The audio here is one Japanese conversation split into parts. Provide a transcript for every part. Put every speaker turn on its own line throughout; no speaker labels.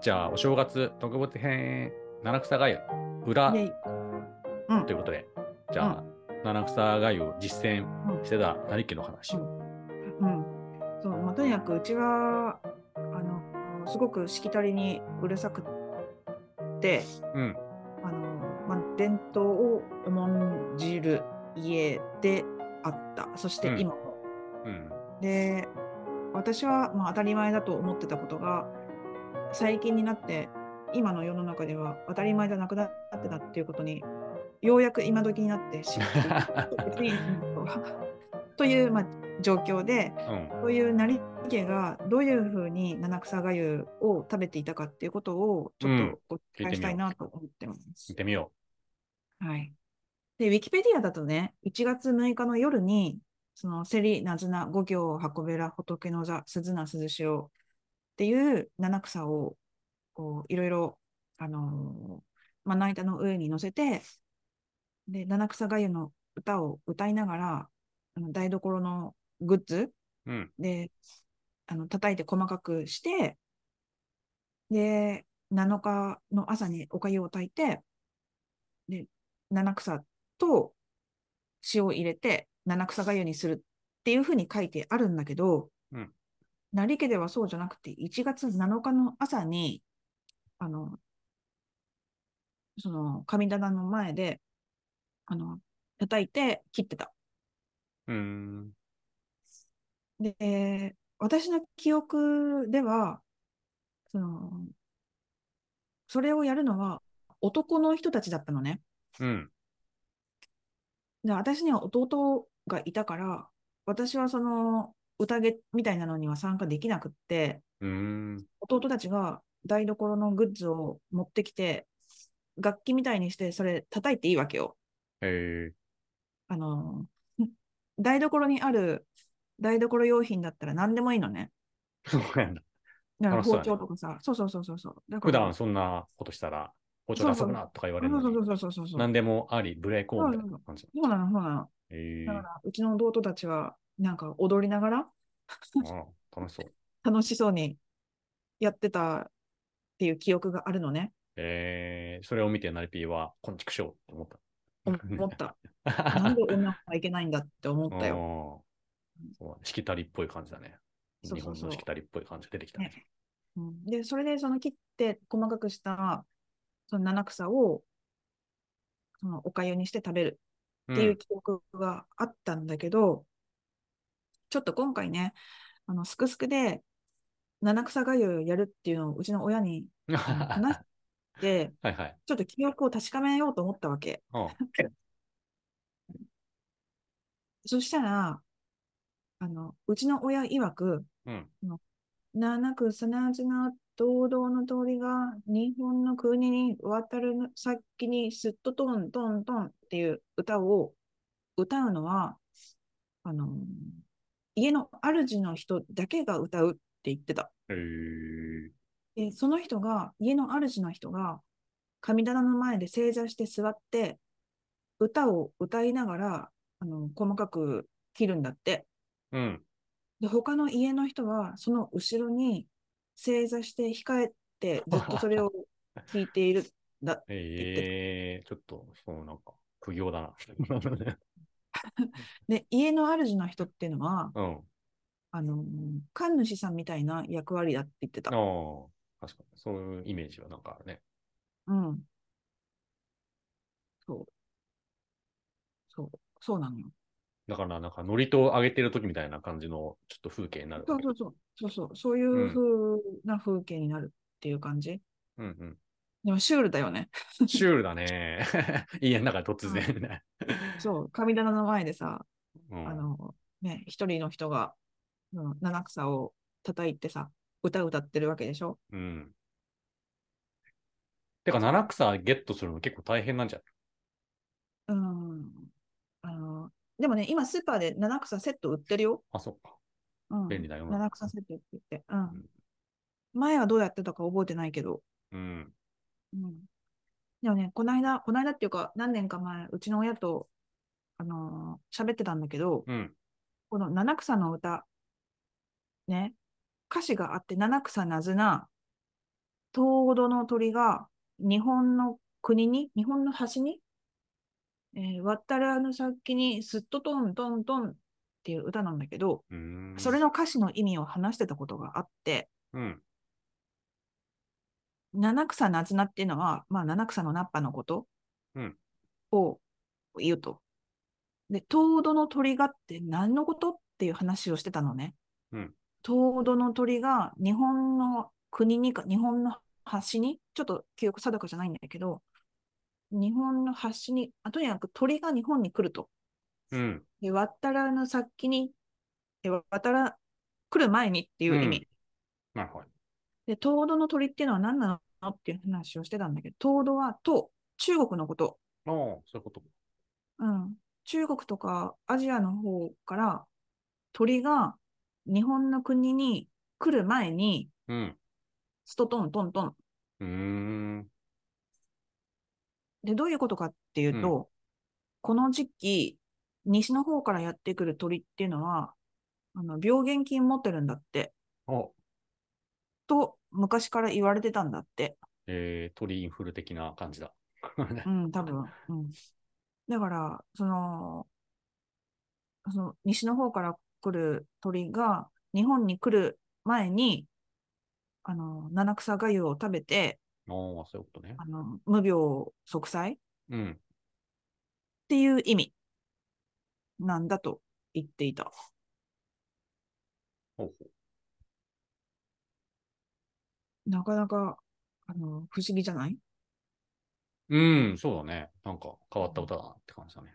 じゃあ、お正月特別編、七草がゆ、裏
イェイうん
ということで、じゃあ、七草がゆを実践してた成家の話。
うんそうまあ、とにかくうちはあのすごくしきたりにうるさくって
うん。
あの、まあ、伝統を重んじる家であったそして
うん
今も、
うん。
で私はまあ当たり前だと思ってたことが最近になって今の世の中では当たり前じゃなくなってたっていうことにようやく今時になって知って いて別にうんという、まあ、状況で
うん。
そういう成家がどういうふうに七草がゆを食べていたかっていうことをちょっとお
うん
伝
聞いてみよう
えしたいなと思ってます。
行ってみよ
はい。で、ウィキペディアだとね、1月6日の夜に、その、セリ、ナズナ、五行、箱べら、仏の座、鈴名、鈴潮っていう七草を、こう、いろいろ、あのーまな板の上に乗せて、で、七草がゆの歌を歌いながら、あの台所のグッズ
う。うん。
で、あの、叩いて細かくして、で、7日の朝にお粥を炊いて、で、七草と塩を入れて、七草がゆにするっていうふうに書いてあるんだけど、
うん
成家ではそうじゃなくて、1月7日の朝に、あの、その神棚の前で、あの、叩いて切ってた。
うーん。
で、私の記憶では、その、それをやるのは男の人たちだったのね。
うん。
で、私には弟がいたから、私はその宴みたいなのには参加できなくって、
うーん。
弟たちが台所のグッズを持ってきて、楽器みたいにしてそれ叩いていいわけよ。
え
あの、 台所にある台所用品だったら何でもいいのね。
ー、 そうやんだ。
だから
楽しそう
包
だね
丁とかさ、そうそうそうそうそう。だか
普
ら
段そんなことしたら、包丁出すなとか言われる
そう
のに
そう、そうそうそうそう。
何でもあり、無礼講みたいな感じ。
そうなの、そうなの。
え
だから、うちの弟たちは、なんか踊りながら、
ー、ああ楽しそう。
楽しそうにやってたっていう記憶があるのね。
えー、それを見て、ナリピーは、こんちくしょうって思った。
思 った。なんで女はいけないんだって思ったよ。
よ。そうだねしきたりっぽい感じだね。
そう
日
そ
本
うそう
のしきたりっぽい感じが出てきたね。
うんで、それで、その切って細かくした、その七草を、そのお粥にして食べるっていう記憶があったんだけど、ちょっと今回ね、あの、すくすくで、七草がゆをやるっていうのをうちの親に
うん
話し
は
て、
い はい。
ちょっと記憶を確かめようと思ったわけ。
うん
そしたら、あの、うちの親曰く、
うん。
七草なずな堂々の通りが日本の国に渡る先にすっとトントントンっていう歌を歌うのは、あの、家の主の人だけが歌うって言ってた。
えー、
で、その人が、家の主の人が、神棚の前で正座して座って、歌を歌いながら、あの、細かく切るんだって。
うん。
で、他の家の人は、その後ろに正座して控えて、ずっとそれを聞いているんだ。
えー、ちょっと、そうなんか、苦行 だな。
で、家の主の人っていうのは、
うん。
あの、神主さんみたいな役割だって言ってた。
ああ、確かに。そういうイメージはなんかあるね。
うん。そう。そう、そうなのよ。
だから、なんか、ノリとあげてる時みたいな感じの、ちょっと風景になる
そ
わ
う
け。
そうそう、そうそう、そういう風な風景になるっていう感じ。
うん
でもシュールだよね。
うん。シュールだね。 家の中で突然ね。
そう、神棚の前でさ、
うん
あの、ね、一人の人が、うん、七草を叩いてさ、歌歌ってるわけでしょ。
うん。てか、七草ゲットするの結構大変なんじゃ
うん。あの、でもね、今スーパーで七草セット売ってるよ。
あ、そっか。
うん。
便利だよな
七草セットって言って。うん。
ん
前はどうやってたか覚えてないけど。
うん。
うん。でもね、この間、この間っていうか、何年か前、うちの親と、あのー喋ってたんだけど、
うん。
この七草の歌、ね、歌詞があって、七草なずな、東ほどの鳥が日本の国に、日本の端に、えー渡るあの先にすっとトントントンっていう歌なんだけど、
うん
それの歌詞の意味を話してたことがあって、
うん。
七草なずなっていうのは、まあ、七草の菜っぱのこと
うん
を言うと。で、東土の鳥がって何のことっていう話をしてたのね。
うん
東土の鳥が日本の国にか、日本の端に、ちょっと記憶定かじゃないんだけど、日本の端に、あとにかく鳥が日本に来ると。
うん。
で、渡らぬ先に、で渡ら、来る前にっていう意味。
うんなるほど。
で、東土の鳥っていうのは何なのっていう話をしてたんだけど、東土は唐、中国のこと。
おーそういうこと。
うん。中国とかアジアの方から鳥が日本の国に来る前に、
うん。
ストトントントン。
うーん。
で、どういうことかっていうと、この時期、西の方からやってくる鳥っていうのは、あの病原菌持ってるんだって、
お
と昔から言われてたんだって。
えー、鳥インフル的な感じだ。
うん、多分。うん、だから、その、その西の方から来る鳥が日本に来る前に、あの、七草粥を食べて、
おーそういうことね
あ。の、無病息災っ
うん。
ていう意味なんだと言っていた。
ほうほ。
なかなか、あの、不思議じゃないう
うん、そうだね。なんか変わった歌だなって感じだね。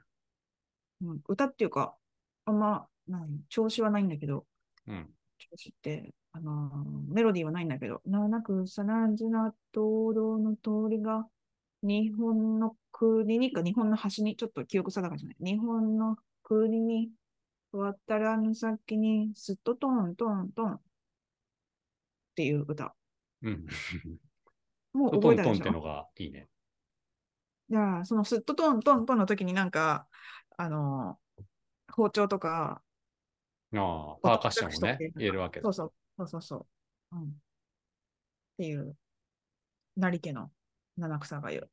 うん、歌っていうか、あんま、何、調子はないんだけど、
うん。
調子って、あのーメロディーはないんだけど、七草なずな灯籠の通りが、日本の国にか、日本の端に、ちょっと記憶定かじゃない。日本の国に、渡らぬ先に、すっとトントントンっていう歌。
うん。
もう
ト
覚え
ン
た
トン
で
っ
して
の
ょ
がいいね。
じゃあ、そのすっとトントントンの時になんか、あのー包丁とか、
ああ、パーカッションをね
音楽しと、け
入れるわけだ
そう。そう、そうそうそう。うん。っていう、なり家の七草が言う。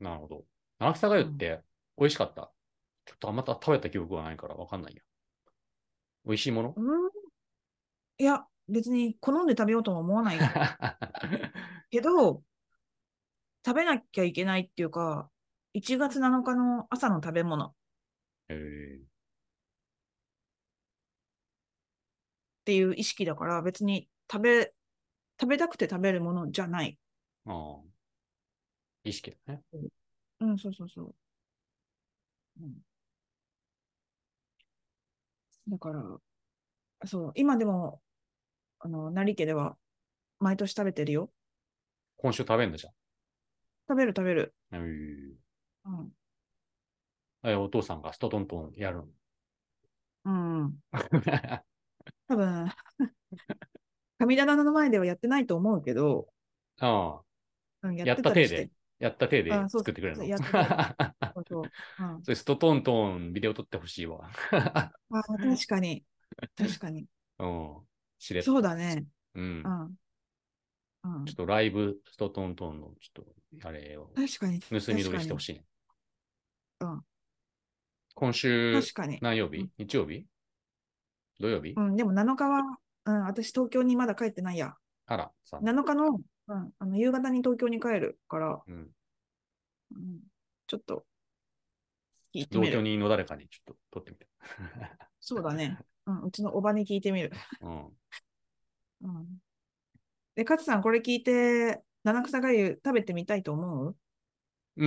なるほど。七草がゆって美味しかった。ちょっとあんまた食べた記憶がないからわかんないや。美味しいもの
うん。いや、別に好んで食べようとも思わないけど、食べなきゃいけないっていうか、1月7日の朝の食べ物っ
えー
ていう意識だから、別に食べ、食べたくて食べるものじゃない。
ああ意識だね。
うん、そうそうそう。うん、だから、そう、今でも、あの、成家では、毎年食べてるよ。
今週食べんだじ
食べる食べる。
ゃん。え
うん。
ーえお父さんがストトントンやるの。
うん。多 分、神棚の前ではやってないと思うけど、
ああ
うん、
や
や
っ
っ
てた
た
手
りして
で、やった手で
あそう
作ってくれるの。
そうやっ そうそううん
それストトントンビデオ撮ってほしいわ。
あー確かに。確 かに。
うん。しれっと
そうだね。
うん
う。ん。うん、
ちょっとライブ、ストトントンの、ちょっと、あれを
確かに。
盗み撮りしてほ
い。
しいね。
うん
今週、
確かに。
何曜
う
日
ん
日曜日土曜日、
うん、でも7日は、うん、私東京にまだ帰ってないや。
あら、さ、
7日の,、うん、あの夕方に東京に帰るから、
うん、
うん、ちょっと聞いて
同
み
居
る。
人の誰かにちょっと撮ってみて。
そうだね、うん。うちのおばに聞いてみる。
うん。
うん、で、勝さん、これ聞いて、七草がゆ食べてみたいと思う
う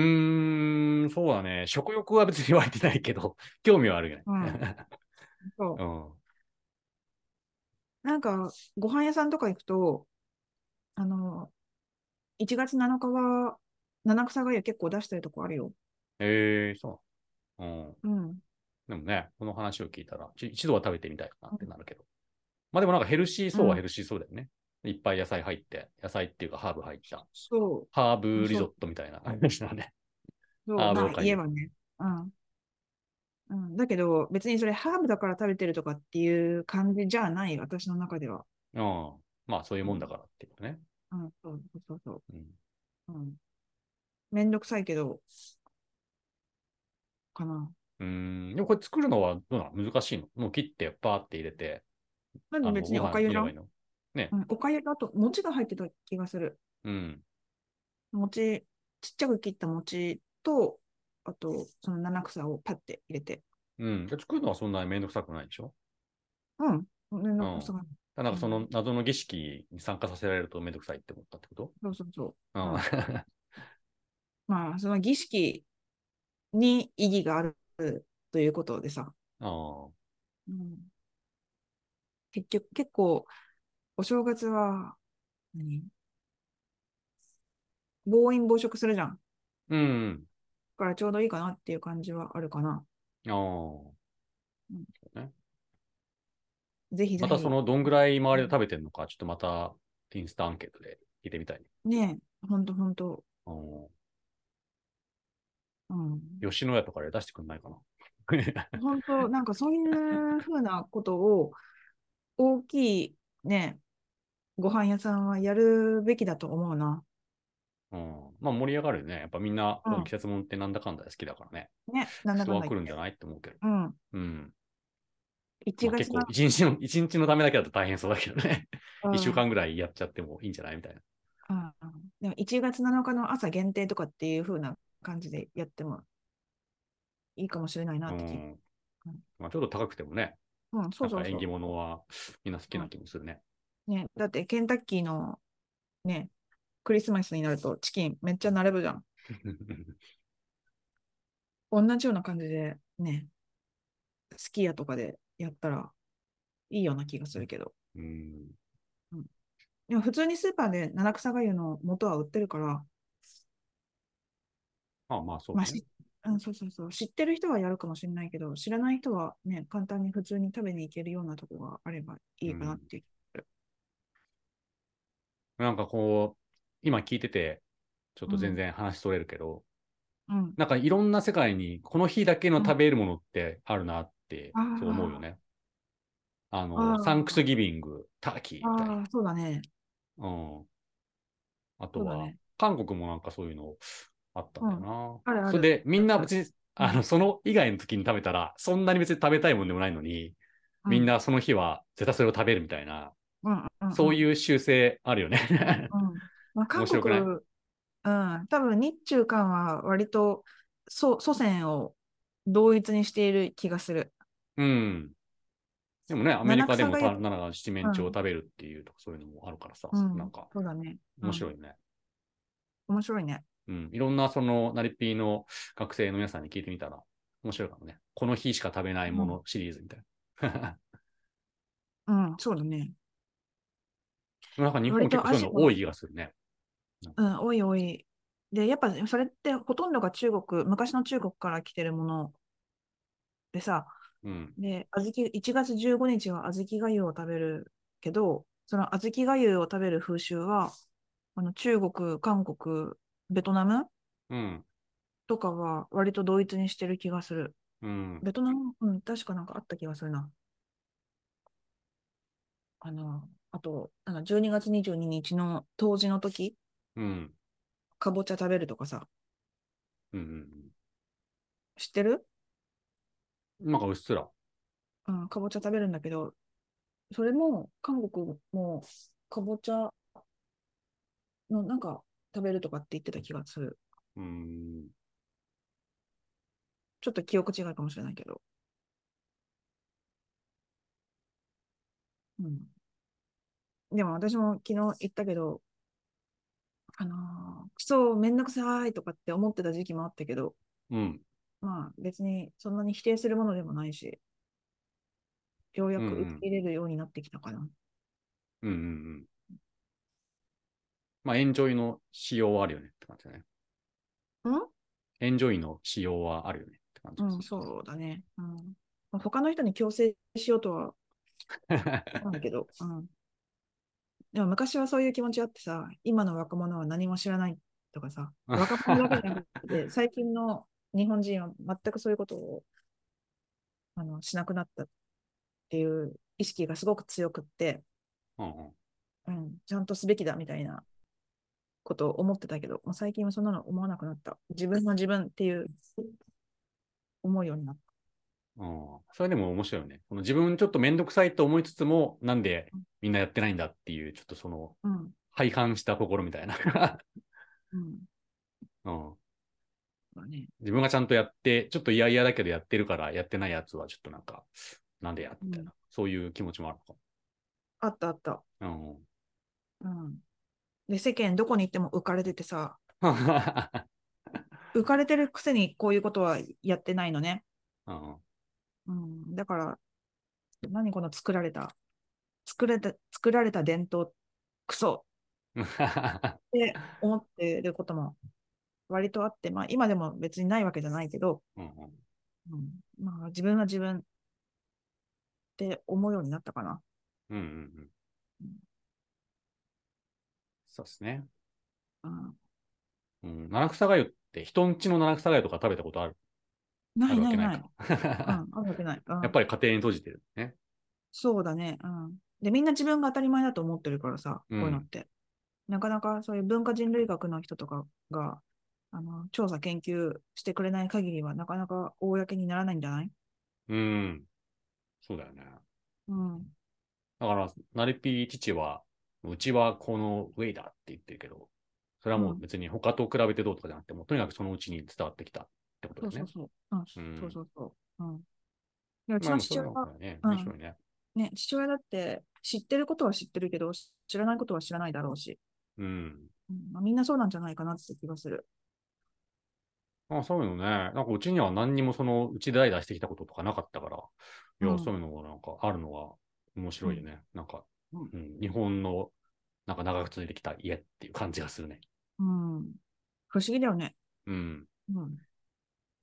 ーん、そうだね。食欲は別に湧いてないけど、 興味はあるよね。
そう
う。ん。
なんか、ご飯屋さんとか行くと、あの、1月7日は、七草がゆ結構出してるとこあるよ。
ええそう。うん。
うん。
でもね、この話を聞いたら、ち一度は食べてみたいかなってなるけど。まあでもなんかヘルシーそうはヘルシーそうだよね。いっぱい野菜入って、野菜っていうかハーブ入った。
そう。
ハーブリゾットみたいな感じだね。
そう、
ハーブ
ま
を
あ
買いに
言えばね。うん。うん、だけど、別にそれハーブだから食べてるとかっていう感じじゃない、私の中では。
うん。まあそういうもんだからっていうね。
うん、そうそうそう。
うん、
うん。めんどくさいけど、かな。
うーんでもこれ作るのはどうなの難しいのもう切ってパーって入れて、
なんで別に
ご
お
飯
かゆ
入れ
だ
ばいい。の
うん、おかゆだと、餅が入ってた気がする。
うん。
餅、ちっちゃく切った餅と、あと、その七草をパッて入れて。
うん。で作るのはそんなにめんどくさくないでしょ
うん。めんどくさがない
だからなんかその謎の儀式に参加させられるとめんどくさいって思ったってこと
そうそうそう。
うん。
まあ、その儀式に意義があるということでさ。
ああ。
うん、結局、結構、お正月は、何暴飲暴食するじゃん。だ
うん。
からちょうどいいかなっていう感じはあるかな。
ああ。
ぜひぜ
ま
ひ。
たそのどんぐらい周りで食べてるのか、ちょっとまたインスタアンケートで聞いてみたいね。
ねえ、ほんとほんと。
う
うん。
ん。吉野家とかで出してくんないかな。
本当、なんかそういうふうなことを、大きいね、ご飯屋さんはやるべきだと思うな。
うん。まあ盛り上がるよね。やっぱみんな、
うん
季節物ってなんだかんだで好きだからね。
ね、なんだ
人
かん
は
だ
来
言
る
っ
んじ
て。
ゃないって思うけど。
うん。
うん。
1
まあ
月
結構
な、
一日の、一日のためだけだと大変そうだけどね。
うん
一週間ぐらいやっちゃってもいいんじゃないみたいな。
うんでも1月7日の朝限定とかっていう風な感じでやってもいいかもしれないな
う
って気。
ん。まあちょっと高くてもね、
うん、
な
そうんそう
か
そ
縁起
う。
物はみんな好きな気もするね。
ね、だってケンタッキーのね、クリスマスになるとチキンめっちゃ並ぶじゃん。同じような感じでね、スキヤとかでやったらいいような気がするけど。
うん。
でも普通にスーパーで七草がゆの元は売ってるから、
まあまあそう
まあ
ね。
しうん、そうそうそう、知ってる人はやるかもしれないけど、知らない人はね、簡単に普通に食べに行けるようなとこがあればいいかなっていう。
なんかこう、今聞いてて、ちょっと全然話それるけど、
うん。
なんかいろんな世界にこの日だけの食べるものってあるなって
うん
そう思うよね。あ
あ
の、
ー
サンクスギビング、ターキーみたい
あ
な。
あ、そうだね。
うん。あと
そうだ
は、
ね。
韓国もなんかそういうのあったんだよな。
あるある
それでみんな別に、
うん
あの、その以外の時に食べたら、そんなに別に食べたいもんでもないのに、みんなその日は絶対それを食べるみたいな、
うん、うんうんうん、
そう
う。
いう習性あるよね。
んまあ、韓
面白く
国、
ない
うん、多分日中韓は割と祖祖先を同一にしている気がする。
うん。でもね、アメリカでも
七草がゆ
た七が七面鳥を
うん
食べるっていうとか、そういうのもあるからさ、
うん、
なんか
そうだね。
面白いね。
面白いね。
うん。いろんなその、なりっぴーの学生の皆さんに聞いてみたら、面白いかもね。この日しか食べないものシリーズみたいな。
うん、そうだね。
なんか日本結構そういうの多い気がするね。
うん、多い多い。で、やっぱそれってほとんどが中国、昔の中国から来てるものでさ、
うん。
で、小豆、1月15日は小豆がゆを食べるけど、その小豆がゆを食べる風習は、あの中国、韓国、ベトナム
うん。
とかは割と同一にしてる気がする。
うん。
ベトナム、うん、確かなんかあった気がするな。あの、あと、なんか12月22日の冬至の時、
うん。
かぼちゃ食べるとかさ、
うん。
知ってる
うん。なんかうっすら。
うん、かぼちゃ食べるんだけど、それも韓国もかぼちゃのなんか食べるとかって言ってた気がする。
うん。
ちょっと記憶違いかもしれないけど。うん。でも私も昨日言ったけど、あのー、クソ、めんどくさいとかって思ってた時期もあったけど、
うん。
まあ別にそんなに否定するものでもないし、ようやく
うんうん
受け入れるようになってきたかな。
うん。うん。うん。まあ、エンジョイの仕様はあるよねって感じだね。
うん
エンジョイの仕様はあるよねって感じ
うん、そうだね。うんまあ、他の人に強制しようと は
う。
思うんだけど、うん、でも昔はそういう気持ちあってさ、今の若者は何も知らないとか さ、若者だけじゃなくて、最近の日本人は全くそういうことをあのしなくなったっていう意識がすごく強くって、
うんうん
うん、ちゃんとすべきだみたいなことを思ってたけど、もう最近はそんなの思わなくなった。自分は自分っていう思うようになっ
うん。それでも面白いよね。この自分ちょっとめんどくさいと思いつつも、なんでみんなやってないんだっていう、ちょっとその、
た。うん。
廃反した心みたいな、
うん。
うん。
だね。
自分がちゃんとやって、ちょっと嫌々だけどやってるから、やってないやつはちょっとなんか、なんでやみたいな、そういう気持ちもあるのか
あったあった。
も。
うん。で、世間どこに行っても浮かれててさ、
うん。
浮かれてるくせにこういうことはやってないのね。
うん、
うん。だから、何この作られた、作れた、作られた伝統、クソって思ってることも割とあって、まあ今でも別にないわけじゃないけど、
うんうん
うん、まあ自分は自分って思うようになったかな。
うんうんうん。そうですね。
うん、
うん、七草がゆって、人んちの七草がゆとか食べたことある
な
あ
い
るわ
ない
け
な
ない
い。
か。
うん、あるわけない。う ん
やっぱり家庭に閉じてるね。
そうだね。うん。で、みんな自分が当たり前だと思ってるからさ、こういうの
う
っ
ん
て。なかなかそういう文化人類学の人とかが、あの、調査研究してくれない限りは、なかなか公にならないんじゃない
うん。そうだよね。
うん。
だから、なれぴー父は、うちはこのウェイだって言ってるけど、それはもう別に他と比べてどうとかじゃなくて、もうとにかくそのうちに伝わってきたってこと
そ
だ
う
よ
そ
ね
う。そう。うん、
うん
そうそうそう。うん。でうち
まあ
の
でもそ
父
れ
親
は
は、
ね、
うん
面白いね。
ね、父親だって知ってることは知ってるけど、し知らないことは知らないだろうし、
うん。
うんまあ、みんなそうなんじゃないかなって気がする。
あそういうのね。なんかうちには何にもその、うちで代々してきたこととかなかったから、いや、
うん
そういうのがなんかあるのは面白いよね。なんか、
うん
うん、日本の、なんか長く続いてきた家っていう感じがするね。
うん。不思議だよね。
うん。
うん。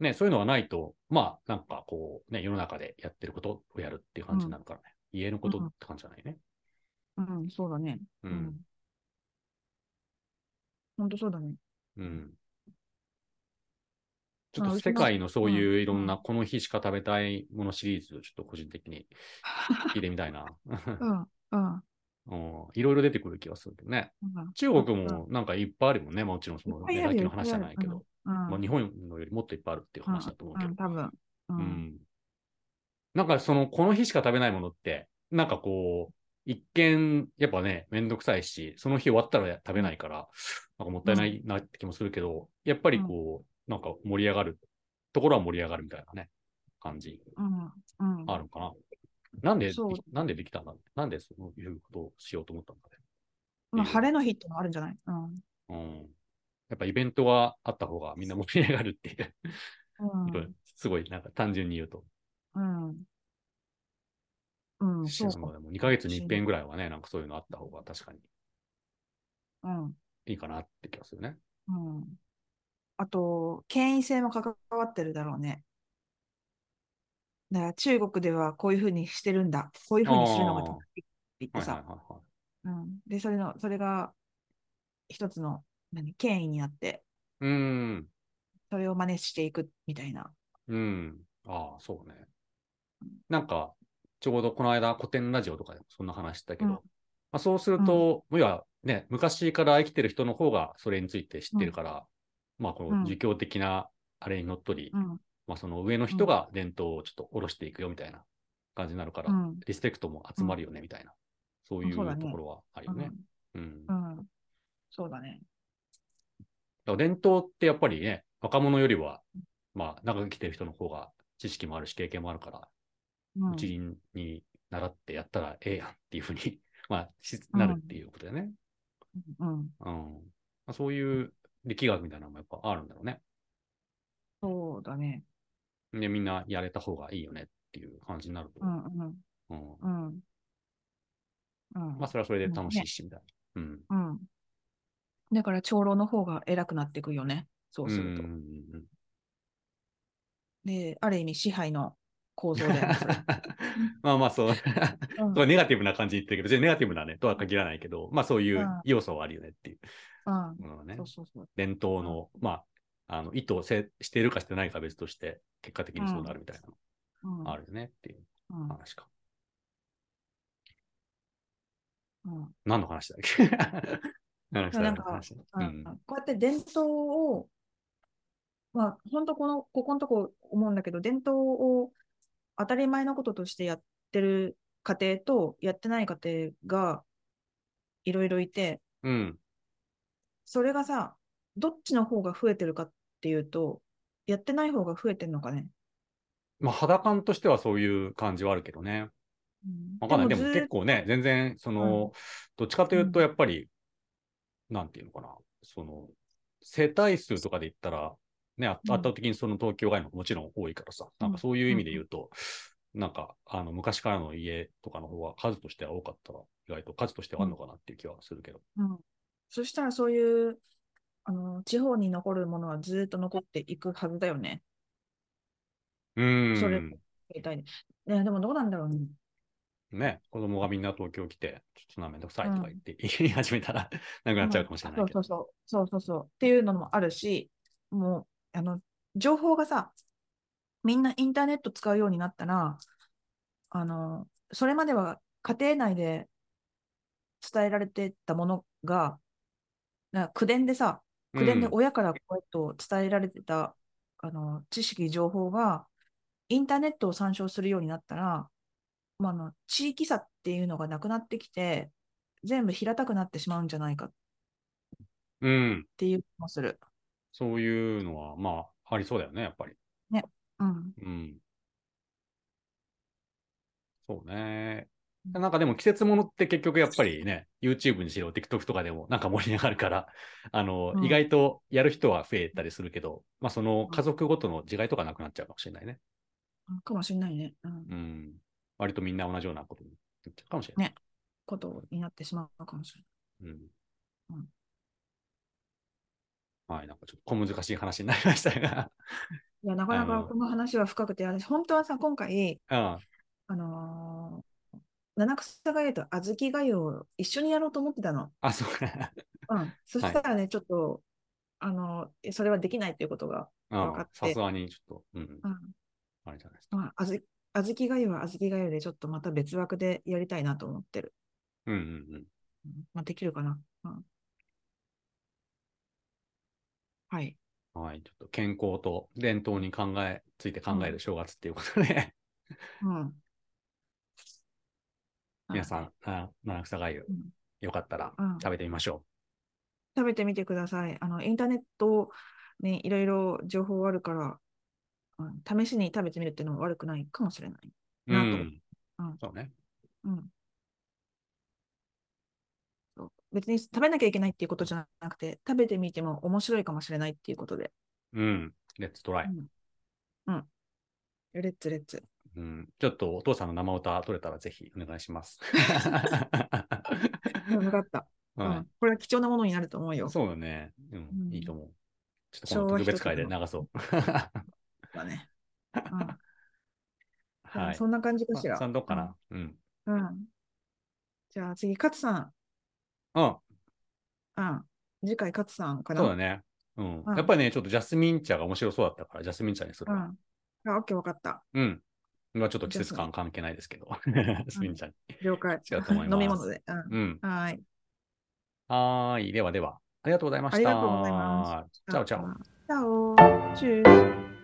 ね、そういうのがないと、まあ、なんかこう、ね、世の中でやってることをやるっていう感じになるからね。家のことって感じじゃないね。
うん、そうだね。
う。。
うんほんとそう だね。
うん。ちょっ
まあ
と
うちの
世界のそういういろん
う
な、この日しか食べたいものシリーズ、ちょっと個人的 に聞いてみたいな。
うん、うん、うん。
うんいろいろ出てくる気がするけどね。中国もなんかいっぱいあるもんね。もちろんその、
いっ
ね、さっ
ぱいある
き
よ
の話じゃないけ
いっ
ど、
うん、うん、
まあ、日本のよりもっといっぱいあるっていう話だと思うけ
う
ど
ん、。多分。う、
うんん。なんかその、この日しか食べないものって、なんかこう、一見、やっぱね、めんどくさいし、その日終わったら食べないから、なんかもったいないなって気もするけど、やっぱりこう、なんか盛り上がるところは盛り上がるみたいなね、感じ
うん、うん。
あるのかな。なんで
そう、
なんでできたんだなんでそういうことをしようと思ったんだね。
まあ、晴れの日ってのあるんじゃないうん。
うん。やっぱイベントがあった方がみんな盛り上がるっていう、
うん、
すごいなんか単純に言うと。
うん。うん、
シ
そ
ー
う
ズン
か
もでも2ヶ月に一遍ぐらいはね、なんかそういうのあった方が確かに
うん、
いいかなって気がするね。
うん。あと、権威性も関わってるだろうね。だから中国ではこういうふうにしてるんだ。こういうふうにするのが正しいって言って
はいはい
さ。
はいはい。
うん、で、それの、それが一つの、何、権威になって、
うーん。
それを真似していくみたいな。
うん。ああ、そうね。なんか、ちょうどこの間古典ラジオとかでもそんな話したけど、
うん
まあ、そうすると、要はね、昔から生きてる人の方がそれについて知ってるから、まあこ
うん
の儒教的なあれにのっとり、
うん、
まあその上の人が伝統をちょっと下ろしていくよみたいな感じになるから、
うん、
リスペクトも集まるよねみたいな、そういう
そ
と
うだね
ころはあるよね。うん。
う
だか
ん、うんそうだね。
ら伝統ってやっぱりね、若者よりは、まあ長く生きてる人の方が知識もあるし経験もあるから、
うん、
うちに習ってやったらええやんっていうふうに、 まあ、し
うん
なるっていうことだよね。
う
う
ん、
ん。まあ、そういう力学みたいなのもやっぱあるんだろうね。
そうだね。
で、みんなやれた方がいいよねっていう感じになると。
うん、うん、
うん。
うん。うん
まあ、それはそれで楽しいし、みたいな。うん。
うん。だから長老の方が偉くなっていくよね。そうすると
うん。うん
で、ある意味支配の構造
うん
だよね。 それ
まあまあ、そう。
うん
これネガティブな感じ言ってるけど、別にネガティブなね、とは限らないけど、まあそういう
うん
要素はあるよねっていう
うん
ものはね
そ。うそうそう。
伝統の、まあ、あの、意図をせしてるかしてないかは別として、結果的にそうなるみたいな
うん
のあるよねっていう
うん
話か。
うん
何の話だっけ七草の話ね
う
うんん
こうやって伝統を、まあ、本当この、ここのとこ思うんだけど、伝統を当たり前のこととしてやってる家庭と、やってない家庭がいろいろいて、
うん。
それがさ、どっちの方が増えてるかっていうと、やってない方が増えてるのかね。
まあ、肌感としてはそういう感じはあるけどね。
うん
わかんない。でも
ずー
結構ね、全然、その、どっちかというと、やっぱり、なんていうのかな、その、世帯数とかで言ったら、ね、あ
うん
圧倒的にその東京外の方がもちろん多いからさ、なんかそういう意味で言うと、なんか、あの、昔からの家とかの方が数としては多かったら、意外と数としてはあるのかなっていう気はするけど。
うん、そしたらそういう、あの、地方に残るものはずーっと残っていくはずだよね。
うーん。
それみたいに。ね、でもどうなんだろうね。
ね、子供がみんな東京来て、ちょっとなめんどくさいとか言って、言い始めたら、なくなっちゃうかもしれないけど。
そうそうそう。そうそうそう。っていうのもあるし、もう、あの、情報がさ、みんなインターネット使うようになったら、あの、それまでは家庭内で伝えられてたものが、な口伝でさ、口伝で
うん
親からこうやって伝えられてた、あの、知識、情報が、インターネットを参照するようになったら、まあ、あの地域差っていうのがなくなってきて、全部平たくなってしまうんじゃないか
うん。
っていう気もする。
そういうのは、まあ、ありそうだよね、やっぱり。
うん。
うん。そうね。なんかでも季節ものって結局やっぱりね、YouTube にしろ TikTok とかでもなんか盛り上がるから、 あの、
うん
意外とやる人は増えたりするけど、まあその家族ごとの違いとかなくなっちゃうかもしれないね。
かもしれないね。うん。
うん。割とみんな同じようなことになっちゃうかもしれない。
ことになってしまうかもしれ
う
うん
ん。はい、なんかちょっと小難しい話になりましたが。
ない。いや、なかな
あ
か
の
この話は深くて、私、本当はさ、今回、
うん。
あのー七草がゆと小豆がゆを一緒にやろうと思ってたの。
あ、そうか。
うん。そしたらね、ちょっと、あのーそれはできないっていうことが、
う
わか
ん
って。
さすがにちょっと、うん。
うん。
あれじゃないですか。
まあ、あず小豆がゆは小豆がゆで、ちょっとまた別枠でやりたいなと思ってる。
うんうんうん。
うんまあ、できるかな。うん。はい。
はい、ちょっと健康と伝統に考え、ついて考える正月っていうことで、
うん。
皆さん、あ七草がゆ
うん、
よかったら
うん
食べてみましょ
食べてみてください。あの、インターネットにいろいろ情報あるから、うん、試しに食べてみるっていうのも悪くないかもしれない。
う。
な
う
るほど
ん
うん。
そうね。
うん。そう別に食べなきゃいけないっていうことじゃなくて、食べてみても面白いかもしれないっていうことで。
うん。レッツトライ。
うん。うん、レッツレッツ。
うん。ちょっとお父さんの生歌取れたらぜひお願いし ます。
分かった、う
は
ん。これは貴重なものになると思うよ
い。。そうだね。う
うん
ん。いいと思う。ちょっとこの特別会で流そう。
だね。うん、
はい。
そんな感じかしら。
さんどうかな。うん。
うん。うん。じゃあ次、勝さん。
うん。
うん。次回、勝さんかな。
そうだね。うん
う。ん
やっぱりね、ちょっとジャスミン茶が面白そうだったから、ジャスミン茶にする
う
わ
ん。あ、オッケー、わかった。
うん。まあちょっと季節感関係ないですけど、 スミンちゃんに。
了解。
違うと思います
飲み物で。
うん。
うん。はい。
はーい。ではでは、ありがとうございました。。
ありがとうございます
チャオチャオ。
チャオ。チュース。